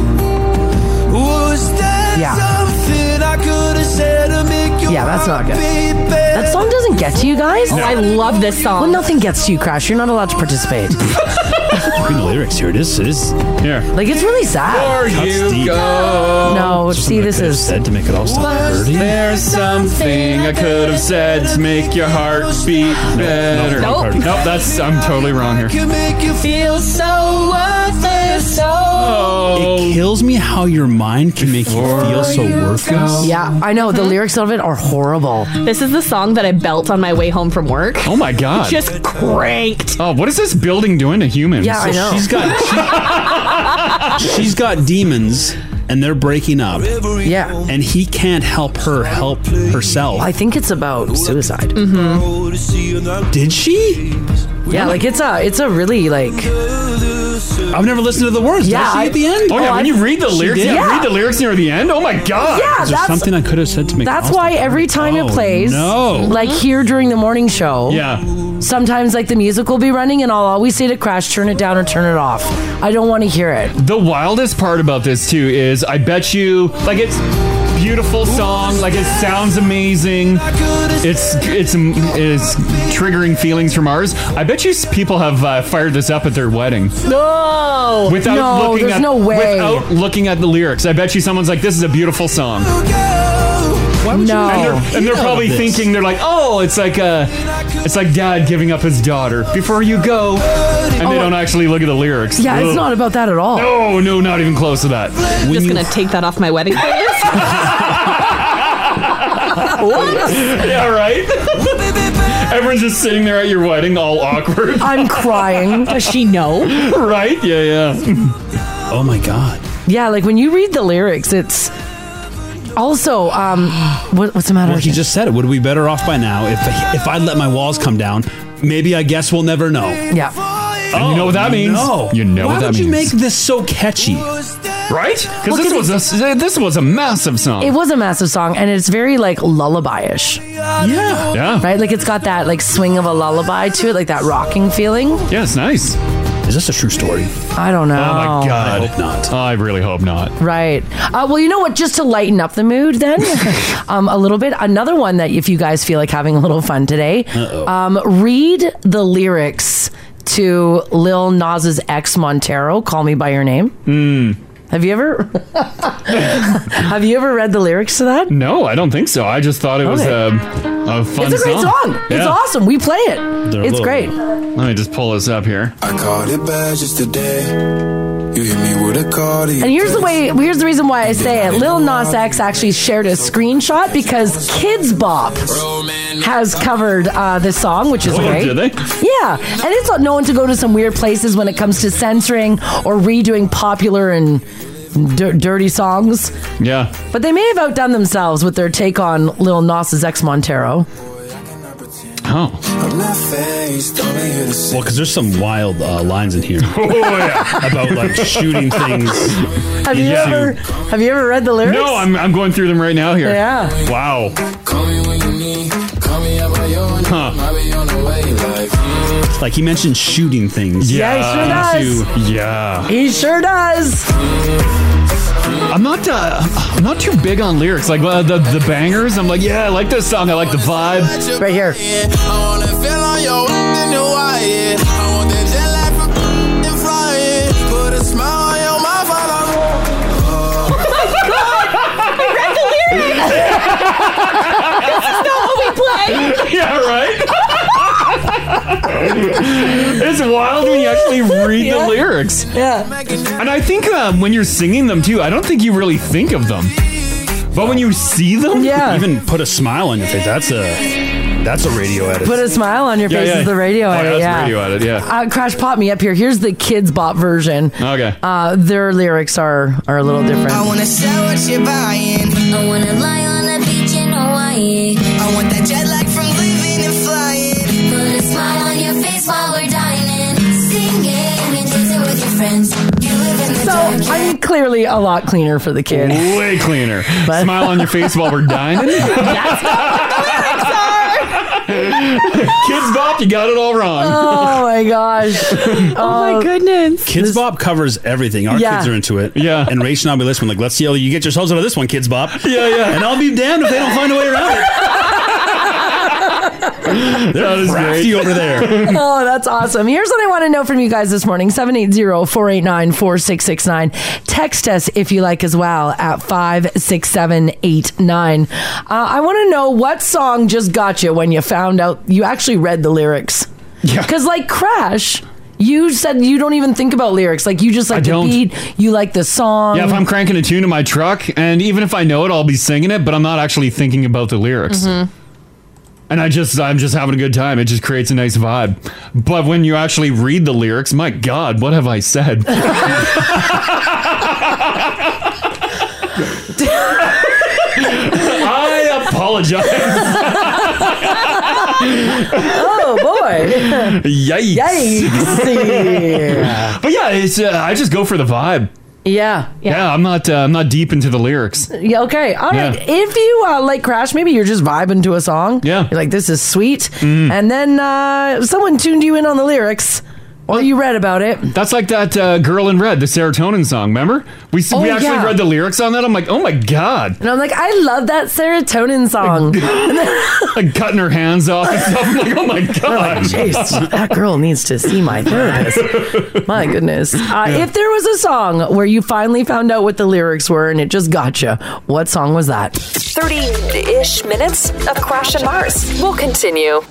[SPEAKER 8] was there
[SPEAKER 4] Yeah.
[SPEAKER 8] something I could have said to make you
[SPEAKER 4] Yeah, that's not good.
[SPEAKER 8] happy, babe?
[SPEAKER 4] That song doesn't get to you guys.
[SPEAKER 5] I love this song.
[SPEAKER 4] Well, nothing gets to you, Crash. You're not allowed to participate.
[SPEAKER 2] Read the lyrics. Here it is. It is.
[SPEAKER 3] Here.
[SPEAKER 4] Like it's really sad.
[SPEAKER 3] There
[SPEAKER 2] Cuts deep.
[SPEAKER 3] go.
[SPEAKER 4] No, Oh, see, this
[SPEAKER 2] Could've
[SPEAKER 4] is
[SPEAKER 2] said to make it all stop.
[SPEAKER 3] Was
[SPEAKER 2] Birdie?
[SPEAKER 3] there something I could have said to make your heart beat better?
[SPEAKER 2] no,
[SPEAKER 3] nope.
[SPEAKER 2] Nope.
[SPEAKER 3] that's I'm totally wrong here.
[SPEAKER 8] Can make you feel so worthless. So
[SPEAKER 2] It
[SPEAKER 3] Oh,
[SPEAKER 2] kills me how your mind can make you feel so worthless.
[SPEAKER 4] yeah. I know the lyrics of it are horrible.
[SPEAKER 5] This is the song that I belt on my way home from work.
[SPEAKER 3] oh my god.
[SPEAKER 5] Just cranked.
[SPEAKER 3] oh, what is this building doing to humans?
[SPEAKER 4] Yeah, I know.
[SPEAKER 2] She's got she, she's got demons and they're breaking up
[SPEAKER 4] Yeah.
[SPEAKER 2] and he can't help her help herself.
[SPEAKER 4] I think it's about suicide.
[SPEAKER 2] Did she?
[SPEAKER 4] Mm-hmm. Yeah, like it's a it's a really like
[SPEAKER 2] I've never listened to the words.
[SPEAKER 4] Yeah,
[SPEAKER 2] Yeah, she
[SPEAKER 4] I-
[SPEAKER 2] at the end.
[SPEAKER 3] Oh yeah, when you read the
[SPEAKER 2] She
[SPEAKER 3] lyrics,
[SPEAKER 2] did?
[SPEAKER 3] yeah,
[SPEAKER 4] Yeah.
[SPEAKER 3] read the lyrics near the end. Oh my god.
[SPEAKER 4] Yeah,
[SPEAKER 2] Is there
[SPEAKER 4] that's
[SPEAKER 2] something I could have said to make?
[SPEAKER 4] that's
[SPEAKER 2] Austin
[SPEAKER 4] why
[SPEAKER 2] think?
[SPEAKER 4] every time
[SPEAKER 2] Oh,
[SPEAKER 4] it plays,
[SPEAKER 2] No.
[SPEAKER 4] like here during the morning show,
[SPEAKER 3] Yeah.
[SPEAKER 4] sometimes like the music will be running and I'll always say to Crash, turn it down or turn it off. I don't want to hear it.
[SPEAKER 3] The wildest part about this too is I bet you like it's beautiful song, like it sounds amazing. It's it's it's triggering feelings from ours. I bet you s- people have uh, fired this up at their wedding
[SPEAKER 5] No.
[SPEAKER 3] without
[SPEAKER 4] No,
[SPEAKER 3] looking
[SPEAKER 4] there's
[SPEAKER 3] at
[SPEAKER 4] no way.
[SPEAKER 3] without looking at the lyrics. I bet you someone's like, "This is a beautiful song," and
[SPEAKER 4] No.
[SPEAKER 3] they're, and they're
[SPEAKER 2] Yeah.
[SPEAKER 3] probably
[SPEAKER 2] This.
[SPEAKER 3] thinking they're like, "Oh, it's like uh it's like dad giving up his daughter before you go," and they
[SPEAKER 4] Oh.
[SPEAKER 3] don't actually look at the lyrics.
[SPEAKER 4] Yeah, it's
[SPEAKER 3] Ugh.
[SPEAKER 4] not about that at all.
[SPEAKER 3] No, no, not even close to that.
[SPEAKER 5] I'm just going to take that off my wedding playlist.
[SPEAKER 3] Yeah, right? Everyone's just sitting there at your wedding, all awkward,
[SPEAKER 4] I'm crying.
[SPEAKER 5] Does she know?
[SPEAKER 3] right? Yeah, yeah.
[SPEAKER 2] oh my god.
[SPEAKER 4] yeah, like when you read the lyrics, it's also um what, what's the matter?
[SPEAKER 2] Well,
[SPEAKER 4] with
[SPEAKER 2] he
[SPEAKER 4] you?
[SPEAKER 2] just said it. Would we better off by now if if I let my walls come down? Maybe I guess we'll never know.
[SPEAKER 4] yeah.
[SPEAKER 3] And you know what
[SPEAKER 4] Oh,
[SPEAKER 3] that means.
[SPEAKER 2] No.
[SPEAKER 3] You know
[SPEAKER 2] Why
[SPEAKER 3] what that
[SPEAKER 2] would you make
[SPEAKER 3] means.
[SPEAKER 2] this so catchy?
[SPEAKER 3] right? Because
[SPEAKER 4] Well,
[SPEAKER 3] this
[SPEAKER 4] 'cause
[SPEAKER 3] was a this was a massive song.
[SPEAKER 4] It was a massive song and it's very like lullaby-ish,
[SPEAKER 2] Yeah.
[SPEAKER 3] yeah.
[SPEAKER 4] right? Like it's got that like swing of a lullaby to it, like that rocking feeling.
[SPEAKER 3] Yeah, it's nice. Oh
[SPEAKER 2] Is this a true story?
[SPEAKER 4] Oh, I don't know.
[SPEAKER 3] my
[SPEAKER 2] I
[SPEAKER 3] god.
[SPEAKER 2] hope not.
[SPEAKER 3] I really hope not.
[SPEAKER 4] Right. Uh, well, you know what? Just to lighten up the mood, then um, a little bit. Another one that if you guys feel like having a little fun today, um, read the lyrics to Lil Nas's ex Montero, "Call Me by Your Name."
[SPEAKER 3] Hmm.
[SPEAKER 4] Have you ever? have you ever read the lyrics to that?
[SPEAKER 3] No, I don't think so. I just thought it was
[SPEAKER 4] Okay.
[SPEAKER 3] um a fun
[SPEAKER 4] it's a great song. It's
[SPEAKER 3] Yeah.
[SPEAKER 4] awesome. We play it.
[SPEAKER 3] They're
[SPEAKER 4] it's
[SPEAKER 3] little.
[SPEAKER 4] great.
[SPEAKER 3] Let me just pull this up here.
[SPEAKER 7] I caught it bad just today. You hit me with a call.
[SPEAKER 4] And here's the way. Here's the reason why I say it. Lil Nas X actually shared a screenshot because Kids Bop has covered uh, this song, which is
[SPEAKER 3] Oh,
[SPEAKER 4] great.
[SPEAKER 3] did they?
[SPEAKER 4] Yeah, and it's not known to go to some weird places when it comes to censoring or redoing popular and dir- dirty songs.
[SPEAKER 3] Yeah.
[SPEAKER 4] But they may have outdone themselves with their take on Lil Nas's ex Montero.
[SPEAKER 3] Oh.
[SPEAKER 2] Well, because there's some wild uh, lines in here
[SPEAKER 3] Oh yeah.
[SPEAKER 2] about like shooting things.
[SPEAKER 4] Have you
[SPEAKER 2] Yeah.
[SPEAKER 4] ever have you ever read the lyrics?
[SPEAKER 3] No, I'm I'm going through them right now here.
[SPEAKER 4] Yeah.
[SPEAKER 3] Wow. Huh.
[SPEAKER 2] Like he mentioned shooting things.
[SPEAKER 4] Yeah, he sure
[SPEAKER 3] to- Yeah.
[SPEAKER 4] He sure does.
[SPEAKER 3] I'm not uh, I'm not too big on lyrics like uh, the the bangers. I'm like, yeah, I like this song. I like the vibe.
[SPEAKER 4] Right here.
[SPEAKER 3] yeah, right. it's wild when you actually read
[SPEAKER 4] Yeah.
[SPEAKER 3] the lyrics.
[SPEAKER 4] Yeah.
[SPEAKER 3] And I think um, when you're singing them too, I don't think you really think of them. But when you see them,
[SPEAKER 4] Yeah.
[SPEAKER 2] Even put a smile on your face. That's a that's a radio edit.
[SPEAKER 4] Put a smile on your
[SPEAKER 3] Yeah,
[SPEAKER 4] face
[SPEAKER 3] yeah.
[SPEAKER 4] is the radio
[SPEAKER 3] Oh,
[SPEAKER 4] edit.
[SPEAKER 3] that's
[SPEAKER 4] yeah.
[SPEAKER 3] radio edit. Yeah.
[SPEAKER 4] Uh, Crash pop me up here. Here's the kids bop version.
[SPEAKER 3] Okay.
[SPEAKER 4] Uh, their lyrics are are a little
[SPEAKER 8] I
[SPEAKER 4] different.
[SPEAKER 8] wanna sell what you're buying.
[SPEAKER 6] I wanna lie on the beach in Hawaii.
[SPEAKER 8] I want that jet lag from living and flying.
[SPEAKER 6] Put a smile on your face while we're dining. Sing it and dance it with your friends. You live in the
[SPEAKER 4] So
[SPEAKER 6] dark.
[SPEAKER 4] I mean, clearly a lot cleaner for the kids.
[SPEAKER 3] Way cleaner.
[SPEAKER 4] But-
[SPEAKER 3] Smile on your face while we're dining. Kids Bop, you got it all wrong.
[SPEAKER 4] Oh my gosh.
[SPEAKER 5] Oh my goodness.
[SPEAKER 2] Kids Bob covers everything. Our
[SPEAKER 4] Yeah.
[SPEAKER 2] kids are into it.
[SPEAKER 3] Yeah.
[SPEAKER 2] And Rach and I'll be listening. Like, let's see how you get yourselves out of this one, Kids Bob.
[SPEAKER 3] Yeah, yeah.
[SPEAKER 2] And I'll be damned if they don't find a way around it.
[SPEAKER 3] that is
[SPEAKER 2] Crafty
[SPEAKER 3] great.
[SPEAKER 2] over there.
[SPEAKER 4] Oh, that's awesome. Here's what I want to know from you guys this morning 780 489 4669. Text us if you like as well at 56789. Uh, I want to know what song just got you when you found out you actually read the lyrics.
[SPEAKER 3] Yeah.
[SPEAKER 4] Because, like Crash, you said you don't even think about lyrics. Like, you just like the
[SPEAKER 3] don't.
[SPEAKER 4] beat, you like the song.
[SPEAKER 3] Yeah, if I'm cranking a tune in my truck, and even if I know it, I'll be singing it, but I'm not actually thinking about the lyrics. And I just, I'm just having a good time. It just creates a nice vibe. But when you actually read the lyrics, my God, what have I said? I apologize.
[SPEAKER 4] oh, boy.
[SPEAKER 3] Yikes.
[SPEAKER 4] Yikes.
[SPEAKER 3] But yeah, it's, uh, I just go for the vibe.
[SPEAKER 4] yeah.
[SPEAKER 3] Yeah, I'm not, uh, I'm not deep into the lyrics.
[SPEAKER 4] Yeah, okay. All right.
[SPEAKER 3] Yeah.
[SPEAKER 4] If you uh, like Crash, maybe you're just vibing to a song.
[SPEAKER 3] Yeah. Mm-hmm.
[SPEAKER 4] You're like, this is sweet. And then uh, someone tuned you in on the lyrics. Well, you read about it.
[SPEAKER 3] That's like that uh, girl in red, the serotonin song. Remember? We s we
[SPEAKER 4] Oh,
[SPEAKER 3] actually
[SPEAKER 4] yeah.
[SPEAKER 3] read the lyrics on that. I'm like, oh my god,
[SPEAKER 4] And I'm like, I love that serotonin song.
[SPEAKER 3] like cutting her hands off and stuff. I'm like, oh my god.
[SPEAKER 4] Jeez, that girl needs to see my therapist. My goodness. Uh, If there was a song where you finally found out what the lyrics were and it just got you, what song was that?
[SPEAKER 1] 30 ish minutes of Crash and Mars. We'll continue.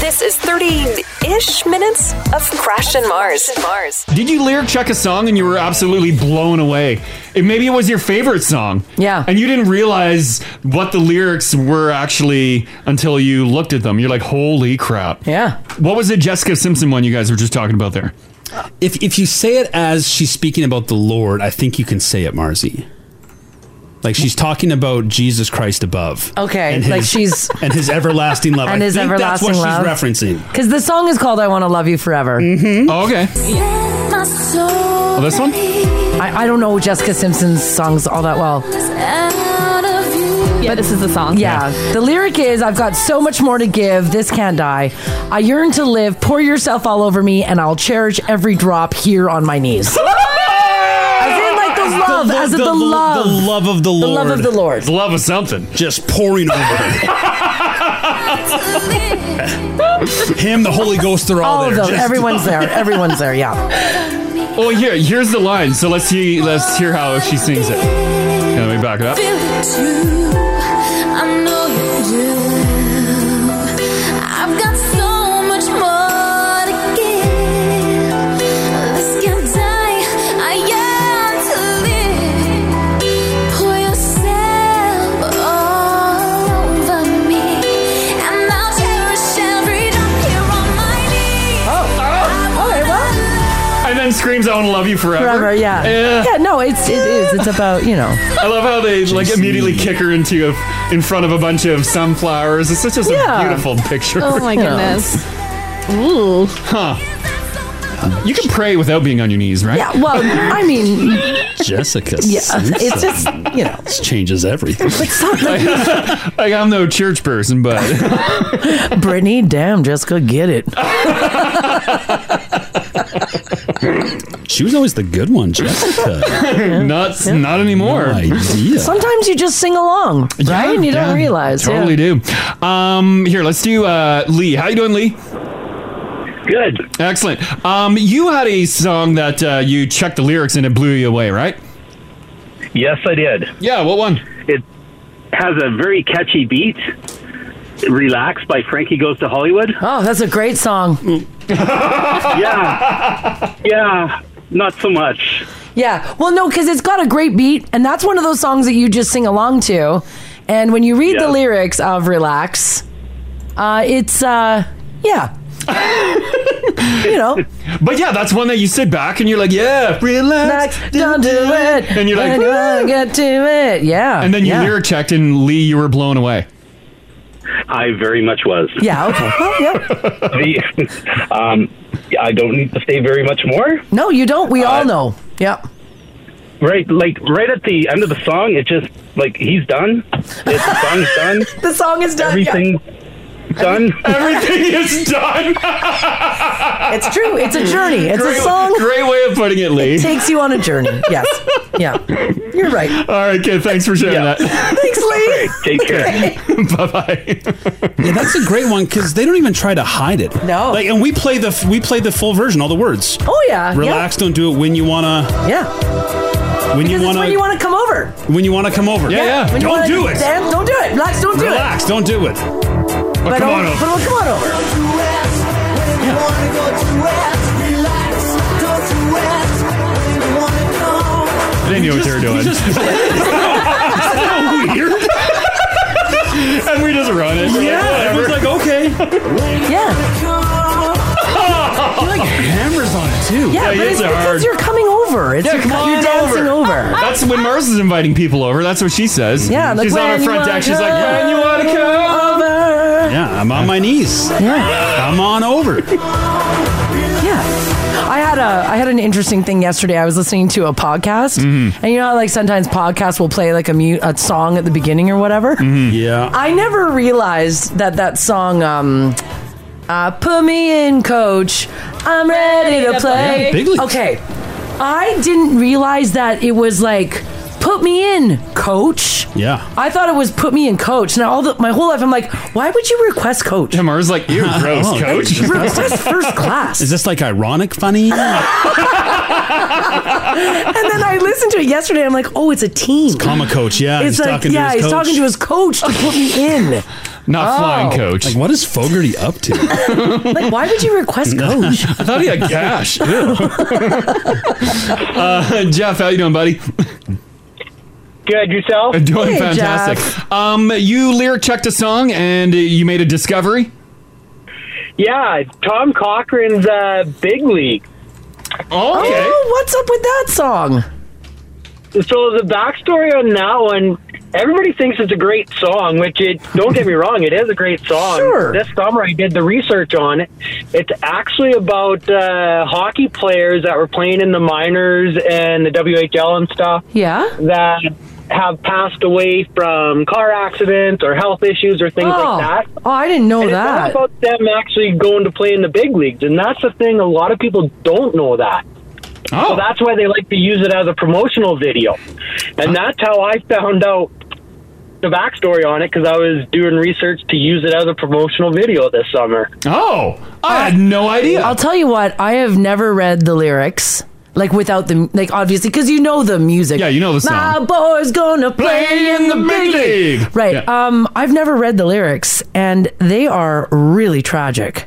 [SPEAKER 1] This is 30 ish minutes of Crash and Mars. Mars.
[SPEAKER 3] Did you lyric check a song and you were absolutely blown away? It, maybe it was your favorite song.
[SPEAKER 4] Yeah.
[SPEAKER 3] And you didn't realize what the lyrics were actually until you looked at them. You're like, holy crap.
[SPEAKER 4] Yeah.
[SPEAKER 3] What was the Jessica Simpson one you guys were just talking about there?
[SPEAKER 2] If if you say it as she's speaking about the Lord, I think you can say it, Marzi. Like she's talking about Jesus Christ above.
[SPEAKER 4] Okay,
[SPEAKER 2] And
[SPEAKER 4] like
[SPEAKER 2] his-
[SPEAKER 4] she's-
[SPEAKER 2] and his everlasting love.
[SPEAKER 4] And
[SPEAKER 2] I
[SPEAKER 4] his
[SPEAKER 2] think
[SPEAKER 4] everlasting
[SPEAKER 2] that's what she's referencing.
[SPEAKER 4] Because the song is called I Want to Love You Forever.
[SPEAKER 3] Oh, okay.
[SPEAKER 6] Set my soul
[SPEAKER 3] Oh, this one?
[SPEAKER 6] free.
[SPEAKER 4] I, I don't know Jessica Simpson's songs all that well.
[SPEAKER 6] Out of you.
[SPEAKER 5] But this is the song.
[SPEAKER 4] Yeah. The lyric is I've got so much more to give. This can't die. I yearn to live. Pour yourself all over me, and I'll cherish every drop here on my knees. as in, like, the love,
[SPEAKER 2] lo-
[SPEAKER 4] as in the,
[SPEAKER 2] lo-
[SPEAKER 4] love.
[SPEAKER 2] the love of the
[SPEAKER 4] The
[SPEAKER 2] Lord,
[SPEAKER 4] love of the Lord.
[SPEAKER 3] It's love of something.
[SPEAKER 2] just pouring over him. him, the Holy Ghost, they're all,
[SPEAKER 4] All of
[SPEAKER 2] there.
[SPEAKER 4] them.
[SPEAKER 2] Just-
[SPEAKER 4] Everyone's there. Everyone's there. Yeah.
[SPEAKER 3] Oh, here, here's the line. So let's see, let's hear how she sings it. Yeah, let me back it up.
[SPEAKER 6] Feel it too. I'm
[SPEAKER 4] Oh,
[SPEAKER 3] then screams, "I want to love you forever."
[SPEAKER 4] Forever, yeah.
[SPEAKER 3] Yeah.
[SPEAKER 4] no, it's it is. It's about, you know.
[SPEAKER 3] I love how they like
[SPEAKER 2] JC.
[SPEAKER 3] immediately kick her into a, in front of a bunch of sunflowers. It's such just
[SPEAKER 4] Yeah.
[SPEAKER 3] a beautiful picture.
[SPEAKER 5] Oh my
[SPEAKER 4] Yeah.
[SPEAKER 5] goodness. Ooh.
[SPEAKER 3] You can pray without being on your knees, right?
[SPEAKER 4] Yeah, well, I mean,
[SPEAKER 2] Jessica.
[SPEAKER 4] yeah,
[SPEAKER 2] Simpson.
[SPEAKER 4] it's just, you know.
[SPEAKER 2] This changes everything.
[SPEAKER 4] But something.
[SPEAKER 3] Like I'm no church person, but
[SPEAKER 4] Brittany, damn, Jessica, get it.
[SPEAKER 2] She was always the good one, Jessica.
[SPEAKER 3] not not anymore.
[SPEAKER 2] Idea.
[SPEAKER 4] Sometimes you just sing along, right? and you
[SPEAKER 3] Yeah,
[SPEAKER 4] don't realize.
[SPEAKER 3] Totally
[SPEAKER 4] yeah.
[SPEAKER 3] do. Um, here, let's do uh, Lee. How you doing, Lee?
[SPEAKER 9] Good.
[SPEAKER 3] Excellent. Um, you had a song that uh, you checked the lyrics and it blew you away, right?
[SPEAKER 9] Yes, I did.
[SPEAKER 3] Yeah. What one?
[SPEAKER 9] It has a very catchy beat. Relax by Frankie Goes to Hollywood.
[SPEAKER 4] Oh, that's a great song.
[SPEAKER 9] Yeah. yeah. Not so much.
[SPEAKER 4] Yeah. Well, no, because it's got a great beat, and that's one of those songs that you just sing along to. And when you read
[SPEAKER 9] Yeah.
[SPEAKER 4] the lyrics of Relax, uh, it's, uh, yeah. you know,
[SPEAKER 3] But yeah, that's one that you sit back and you're like, yeah, relax,
[SPEAKER 4] relax, don't do it.
[SPEAKER 3] And you're like,
[SPEAKER 4] when you wanna
[SPEAKER 3] "Woo."
[SPEAKER 4] get to it. Yeah.
[SPEAKER 3] and then you
[SPEAKER 4] yeah.
[SPEAKER 3] lyric checked and Lee, you were blown away.
[SPEAKER 9] I very much was.
[SPEAKER 4] Yeah, okay. Well, yeah.
[SPEAKER 9] The, um, I don't need to say very much more.
[SPEAKER 4] No, you don't. We
[SPEAKER 3] Uh,
[SPEAKER 4] all know. Yep.
[SPEAKER 9] Right, like right at the end of the song, it just like he's done. It's, the song's done.
[SPEAKER 4] The song is done. yeah.
[SPEAKER 9] Everything's done.
[SPEAKER 3] Everything is done.
[SPEAKER 4] It's true. It's a journey. It's
[SPEAKER 3] Great-
[SPEAKER 4] a song that
[SPEAKER 3] Great way of putting it, Lee.
[SPEAKER 4] takes you on a journey. Yes. Yeah. You're right.
[SPEAKER 3] All right, kid. Thanks for sharing
[SPEAKER 9] Yeah.
[SPEAKER 3] that.
[SPEAKER 4] Thanks, Lee.
[SPEAKER 9] Take care.
[SPEAKER 3] bye bye.
[SPEAKER 2] Yeah, that's a great one because they don't even try to hide it.
[SPEAKER 4] No.
[SPEAKER 2] Like, and we play the we play the full version, all the words.
[SPEAKER 4] Oh yeah.
[SPEAKER 2] Relax, don't do it when you wanna
[SPEAKER 4] Yeah. yeah.
[SPEAKER 2] when
[SPEAKER 4] Because
[SPEAKER 2] you
[SPEAKER 4] it's
[SPEAKER 2] wanna
[SPEAKER 4] when you want to come over.
[SPEAKER 2] when you wanna come over.
[SPEAKER 3] Yeah, yeah.
[SPEAKER 4] When you
[SPEAKER 2] Don't
[SPEAKER 4] wanna
[SPEAKER 2] do it.
[SPEAKER 4] dance, don't do it. Relax. Don't do it.
[SPEAKER 2] Relax, don't do it.
[SPEAKER 4] But
[SPEAKER 3] come
[SPEAKER 4] oh,
[SPEAKER 3] on over.
[SPEAKER 4] But oh, come on over.
[SPEAKER 3] They knew what they were doing.
[SPEAKER 2] Weird.
[SPEAKER 3] and we just run it.
[SPEAKER 2] Yeah, everyone's like, okay.
[SPEAKER 4] Yeah.
[SPEAKER 2] Hammers on it too.
[SPEAKER 3] Yeah,
[SPEAKER 4] Yeah. but
[SPEAKER 3] it's
[SPEAKER 4] it's because
[SPEAKER 3] hard.
[SPEAKER 4] you're coming over. It's
[SPEAKER 3] Yeah,
[SPEAKER 4] you're,
[SPEAKER 3] come on
[SPEAKER 4] you're dancing over.
[SPEAKER 3] That's when Mars is inviting people over. That's what she says.
[SPEAKER 4] Yeah, like,
[SPEAKER 3] she's on her
[SPEAKER 4] "When
[SPEAKER 3] front
[SPEAKER 4] you
[SPEAKER 3] deck. She's
[SPEAKER 4] wanna
[SPEAKER 3] like, when you want to come.
[SPEAKER 4] Over.
[SPEAKER 2] Yeah, I'm on my knees.
[SPEAKER 4] Yeah.
[SPEAKER 2] Come on over.
[SPEAKER 4] Yeah. I had a I had an interesting thing yesterday. I was listening to a podcast, and you know, how, like sometimes podcasts will play like a mute a song at the beginning or whatever.
[SPEAKER 2] Yeah.
[SPEAKER 4] I never realized that that song, um, uh, "Put Me In, Coach," I'm ready to play.
[SPEAKER 5] Yeah,
[SPEAKER 2] big leagues.
[SPEAKER 4] okay, I didn't realize that it was like "Put Me In, Coach."
[SPEAKER 2] Yeah.
[SPEAKER 4] I thought it was "Put Me In, Coach." Now all the, my whole life, I'm like, why would you request coach?
[SPEAKER 3] And Mars is like, you gross,
[SPEAKER 2] Oh,
[SPEAKER 3] coach.
[SPEAKER 4] request first class.
[SPEAKER 2] Is this like ironic funny?
[SPEAKER 4] Ah. and then I listened to it yesterday. I'm like, oh, it's a team.
[SPEAKER 2] I'm a coach, yeah.
[SPEAKER 4] It's like, yeah, he's talking to his coach to put me in.
[SPEAKER 3] Not
[SPEAKER 4] Oh.
[SPEAKER 3] flying, coach.
[SPEAKER 2] Like, what is Fogarty up to?
[SPEAKER 4] Like, why would you request coach?
[SPEAKER 3] I thought he had cash. Ew. uh, Jeff, how you doing, buddy?
[SPEAKER 9] Good yourself.
[SPEAKER 3] Doing
[SPEAKER 4] Hey,
[SPEAKER 3] fantastic. Um, you lyric checked a song and uh, you made a discovery.
[SPEAKER 9] Yeah, Tom Cochran's uh, Big League.
[SPEAKER 3] Oh, okay.
[SPEAKER 4] Oh, what's up with that song?
[SPEAKER 9] So the backstory on that one, everybody thinks it's a great song, which it don't get me wrong, it is a great song.
[SPEAKER 4] Sure.
[SPEAKER 9] This summer I did the research on it. It's actually about uh, hockey players that were playing in the minors and the WHL and stuff
[SPEAKER 4] Yeah.
[SPEAKER 9] that have passed away from car accidents or health issues or things
[SPEAKER 4] Oh,
[SPEAKER 9] like that.
[SPEAKER 4] oh, I didn't know
[SPEAKER 9] And it's not
[SPEAKER 4] that.
[SPEAKER 9] about them actually going to play in the big leagues, and that's the thing. A lot of people don't know that.
[SPEAKER 3] Oh,
[SPEAKER 9] So that's why they like to use it as a promotional video. And that's how I found out the backstory on it because I was doing research to use it as a promotional video this summer.
[SPEAKER 3] oh, I had no idea.
[SPEAKER 4] I'll tell you what, I have never read the lyrics. Like without the like, obviously, because you know the music.
[SPEAKER 3] Yeah, you know the song.
[SPEAKER 4] My boy's gonna play in the big league. Right.
[SPEAKER 3] Yeah.
[SPEAKER 4] Um, I've never read the lyrics, and they are really tragic.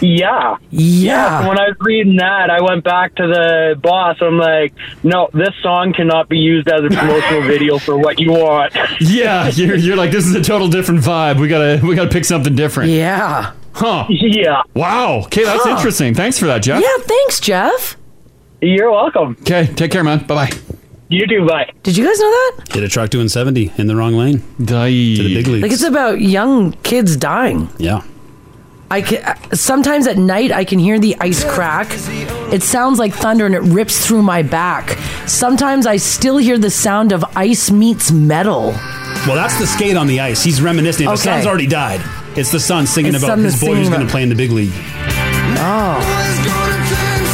[SPEAKER 9] Yeah.
[SPEAKER 4] Yeah.
[SPEAKER 9] When I was reading that, I went back to the boss. I'm like, no, this song cannot be used as a promotional video for what you want.
[SPEAKER 3] yeah, you're, you're like this is a total different vibe. We gotta we gotta pick something different.
[SPEAKER 4] Yeah.
[SPEAKER 3] Huh.
[SPEAKER 9] Yeah.
[SPEAKER 3] Wow. Okay, that's
[SPEAKER 4] Huh.
[SPEAKER 3] interesting. Thanks for that, Jeff.
[SPEAKER 4] Yeah, thanks, Jeff.
[SPEAKER 9] You're welcome.
[SPEAKER 3] Okay, take care, man. Bye bye.
[SPEAKER 9] You too. Bye.
[SPEAKER 4] Did you guys know that?
[SPEAKER 2] Hit a truck doing 70 in the wrong lane.
[SPEAKER 3] To
[SPEAKER 2] the big leagues.
[SPEAKER 4] Like it's about young kids dying.
[SPEAKER 2] yeah.
[SPEAKER 4] I can, sometimes at night I can hear the ice crack. It sounds like thunder and it rips through my back. Sometimes I still hear the sound of ice meets metal.
[SPEAKER 2] Well, that's the skate on the ice. He's reminiscing. The
[SPEAKER 4] Okay.
[SPEAKER 2] son's already died. It's the son singing
[SPEAKER 4] It's
[SPEAKER 2] about
[SPEAKER 4] son
[SPEAKER 2] his
[SPEAKER 4] that's
[SPEAKER 2] boy who's going to
[SPEAKER 4] singing about-
[SPEAKER 2] play in the big league.
[SPEAKER 4] Oh,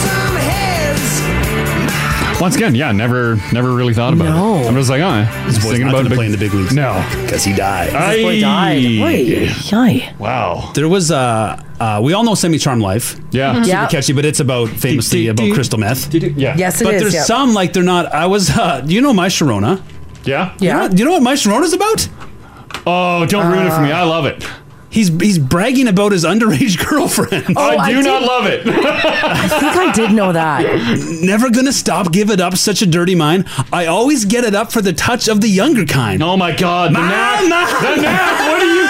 [SPEAKER 3] Once again, yeah, never never really thought about it. I'm just like, oh, he's
[SPEAKER 2] His boy's
[SPEAKER 3] thinking
[SPEAKER 2] not going
[SPEAKER 3] about
[SPEAKER 2] to
[SPEAKER 3] a big-
[SPEAKER 2] play in the big leagues.
[SPEAKER 3] No. Uh,
[SPEAKER 2] Because he died.
[SPEAKER 4] this boy died. Wait, yay.
[SPEAKER 3] Wow.
[SPEAKER 2] There was uh, uh, we all know Semi Charm Life.
[SPEAKER 3] Yeah.
[SPEAKER 2] Super
[SPEAKER 4] Mm-hmm. Yeah.
[SPEAKER 2] catchy, but it's about famously about crystal meth.
[SPEAKER 3] Yeah.
[SPEAKER 4] Yes, it is.
[SPEAKER 2] But there's
[SPEAKER 4] yeah.
[SPEAKER 2] some like they're not. I was, uh, you know, my Sharona.
[SPEAKER 3] Yeah.
[SPEAKER 2] You know
[SPEAKER 4] Yeah.
[SPEAKER 2] what- you know what my Sharona's about?
[SPEAKER 3] Oh, don't ruin it for
[SPEAKER 4] Uh,
[SPEAKER 3] me. I love it.
[SPEAKER 2] He's he's bragging about his underage girlfriend.
[SPEAKER 3] I
[SPEAKER 4] Oh, I
[SPEAKER 3] do
[SPEAKER 4] did-
[SPEAKER 3] not love it.
[SPEAKER 4] I think I did know that.
[SPEAKER 2] Never gonna stop, give it up, such a dirty mind. I always get it up for the touch of the younger kind.
[SPEAKER 3] oh my god, the nap,
[SPEAKER 2] Mama!
[SPEAKER 3] the nap. What are you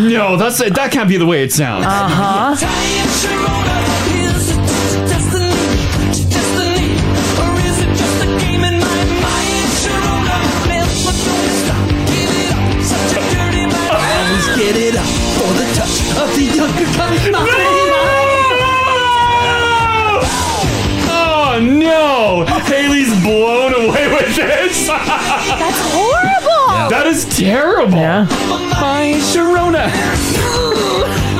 [SPEAKER 3] doing? no, that's that can't be the way it sounds.
[SPEAKER 4] Uh.
[SPEAKER 2] Always get it up for the touch of the younger kind.
[SPEAKER 3] Oh no! Haley's blown away with this.
[SPEAKER 5] That's horrible.
[SPEAKER 3] that is terrible.
[SPEAKER 4] Yeah.
[SPEAKER 3] My Sharona.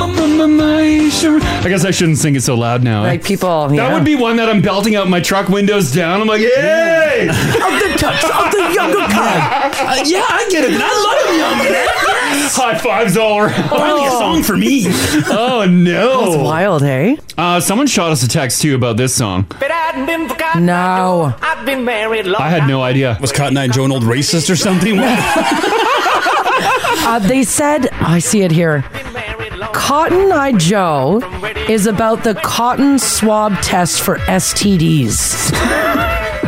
[SPEAKER 3] My Sharona. I guess I shouldn't sing it so loud now. eh?
[SPEAKER 4] Like people.
[SPEAKER 3] That would be one that I'm belting out my truck windows down. I'm like, yay!
[SPEAKER 4] of the touch of the younger kind.
[SPEAKER 2] Uh, yeah, I get it. And I love young man.
[SPEAKER 3] High fives all around.
[SPEAKER 2] Finally, a song for me.
[SPEAKER 3] Oh no!
[SPEAKER 4] Wild, hey?
[SPEAKER 3] Uh, someone shot us a text too about this song.
[SPEAKER 4] No.
[SPEAKER 3] I had no idea.
[SPEAKER 2] Was Cotton Eye Joe an old racist or something?
[SPEAKER 4] Uh, they said, I see it here. Cotton Eye Joe is about the cotton swab test for STDs.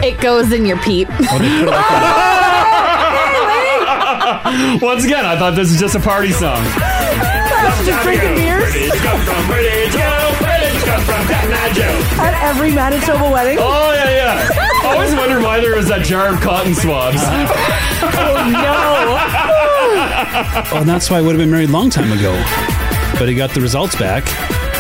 [SPEAKER 5] It goes in your peep.
[SPEAKER 3] Once again, I thought this was just a party song.
[SPEAKER 4] Just drinking beers at every Manitoba wedding.
[SPEAKER 3] Oh yeah, yeah. Always wondered why there was that jar of cotton swabs.
[SPEAKER 4] No.
[SPEAKER 2] Well, that's why I would have been married a long time ago. But he got the results back.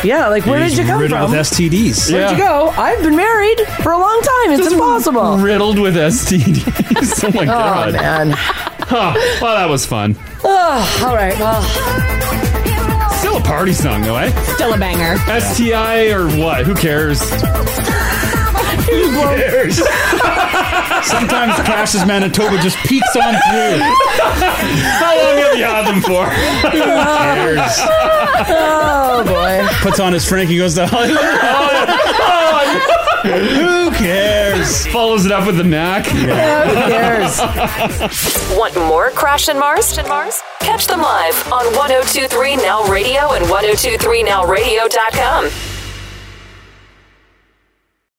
[SPEAKER 4] Yeah, like where did
[SPEAKER 2] He's
[SPEAKER 4] you come
[SPEAKER 2] riddled
[SPEAKER 4] from?
[SPEAKER 2] with STDs.
[SPEAKER 4] Where'd you
[SPEAKER 3] Yeah.
[SPEAKER 4] go? I've been married for a long time. It's impossible.
[SPEAKER 3] Riddled with STDs. oh my
[SPEAKER 4] Oh
[SPEAKER 3] god.
[SPEAKER 4] man.
[SPEAKER 3] Huh. Well, that was fun.
[SPEAKER 4] Oh, all right. Well,
[SPEAKER 3] Still a party song though, eh?
[SPEAKER 5] Still a banger.
[SPEAKER 3] STI or what? Who cares? Who cares?
[SPEAKER 2] Sometimes Crash's Manitoba just peeks on through.
[SPEAKER 3] How long have you had them for?
[SPEAKER 4] oh boy.
[SPEAKER 2] Puts on his Frankie goes to Hollywood.
[SPEAKER 3] Oh,
[SPEAKER 2] Who cares?
[SPEAKER 3] Follows oh, it up with the knack.
[SPEAKER 4] Yeah, who cares?
[SPEAKER 1] Want more Crash and Mars? And Mars? oh Catch them live on 1023 Now Radio and 1023NowRadio.com.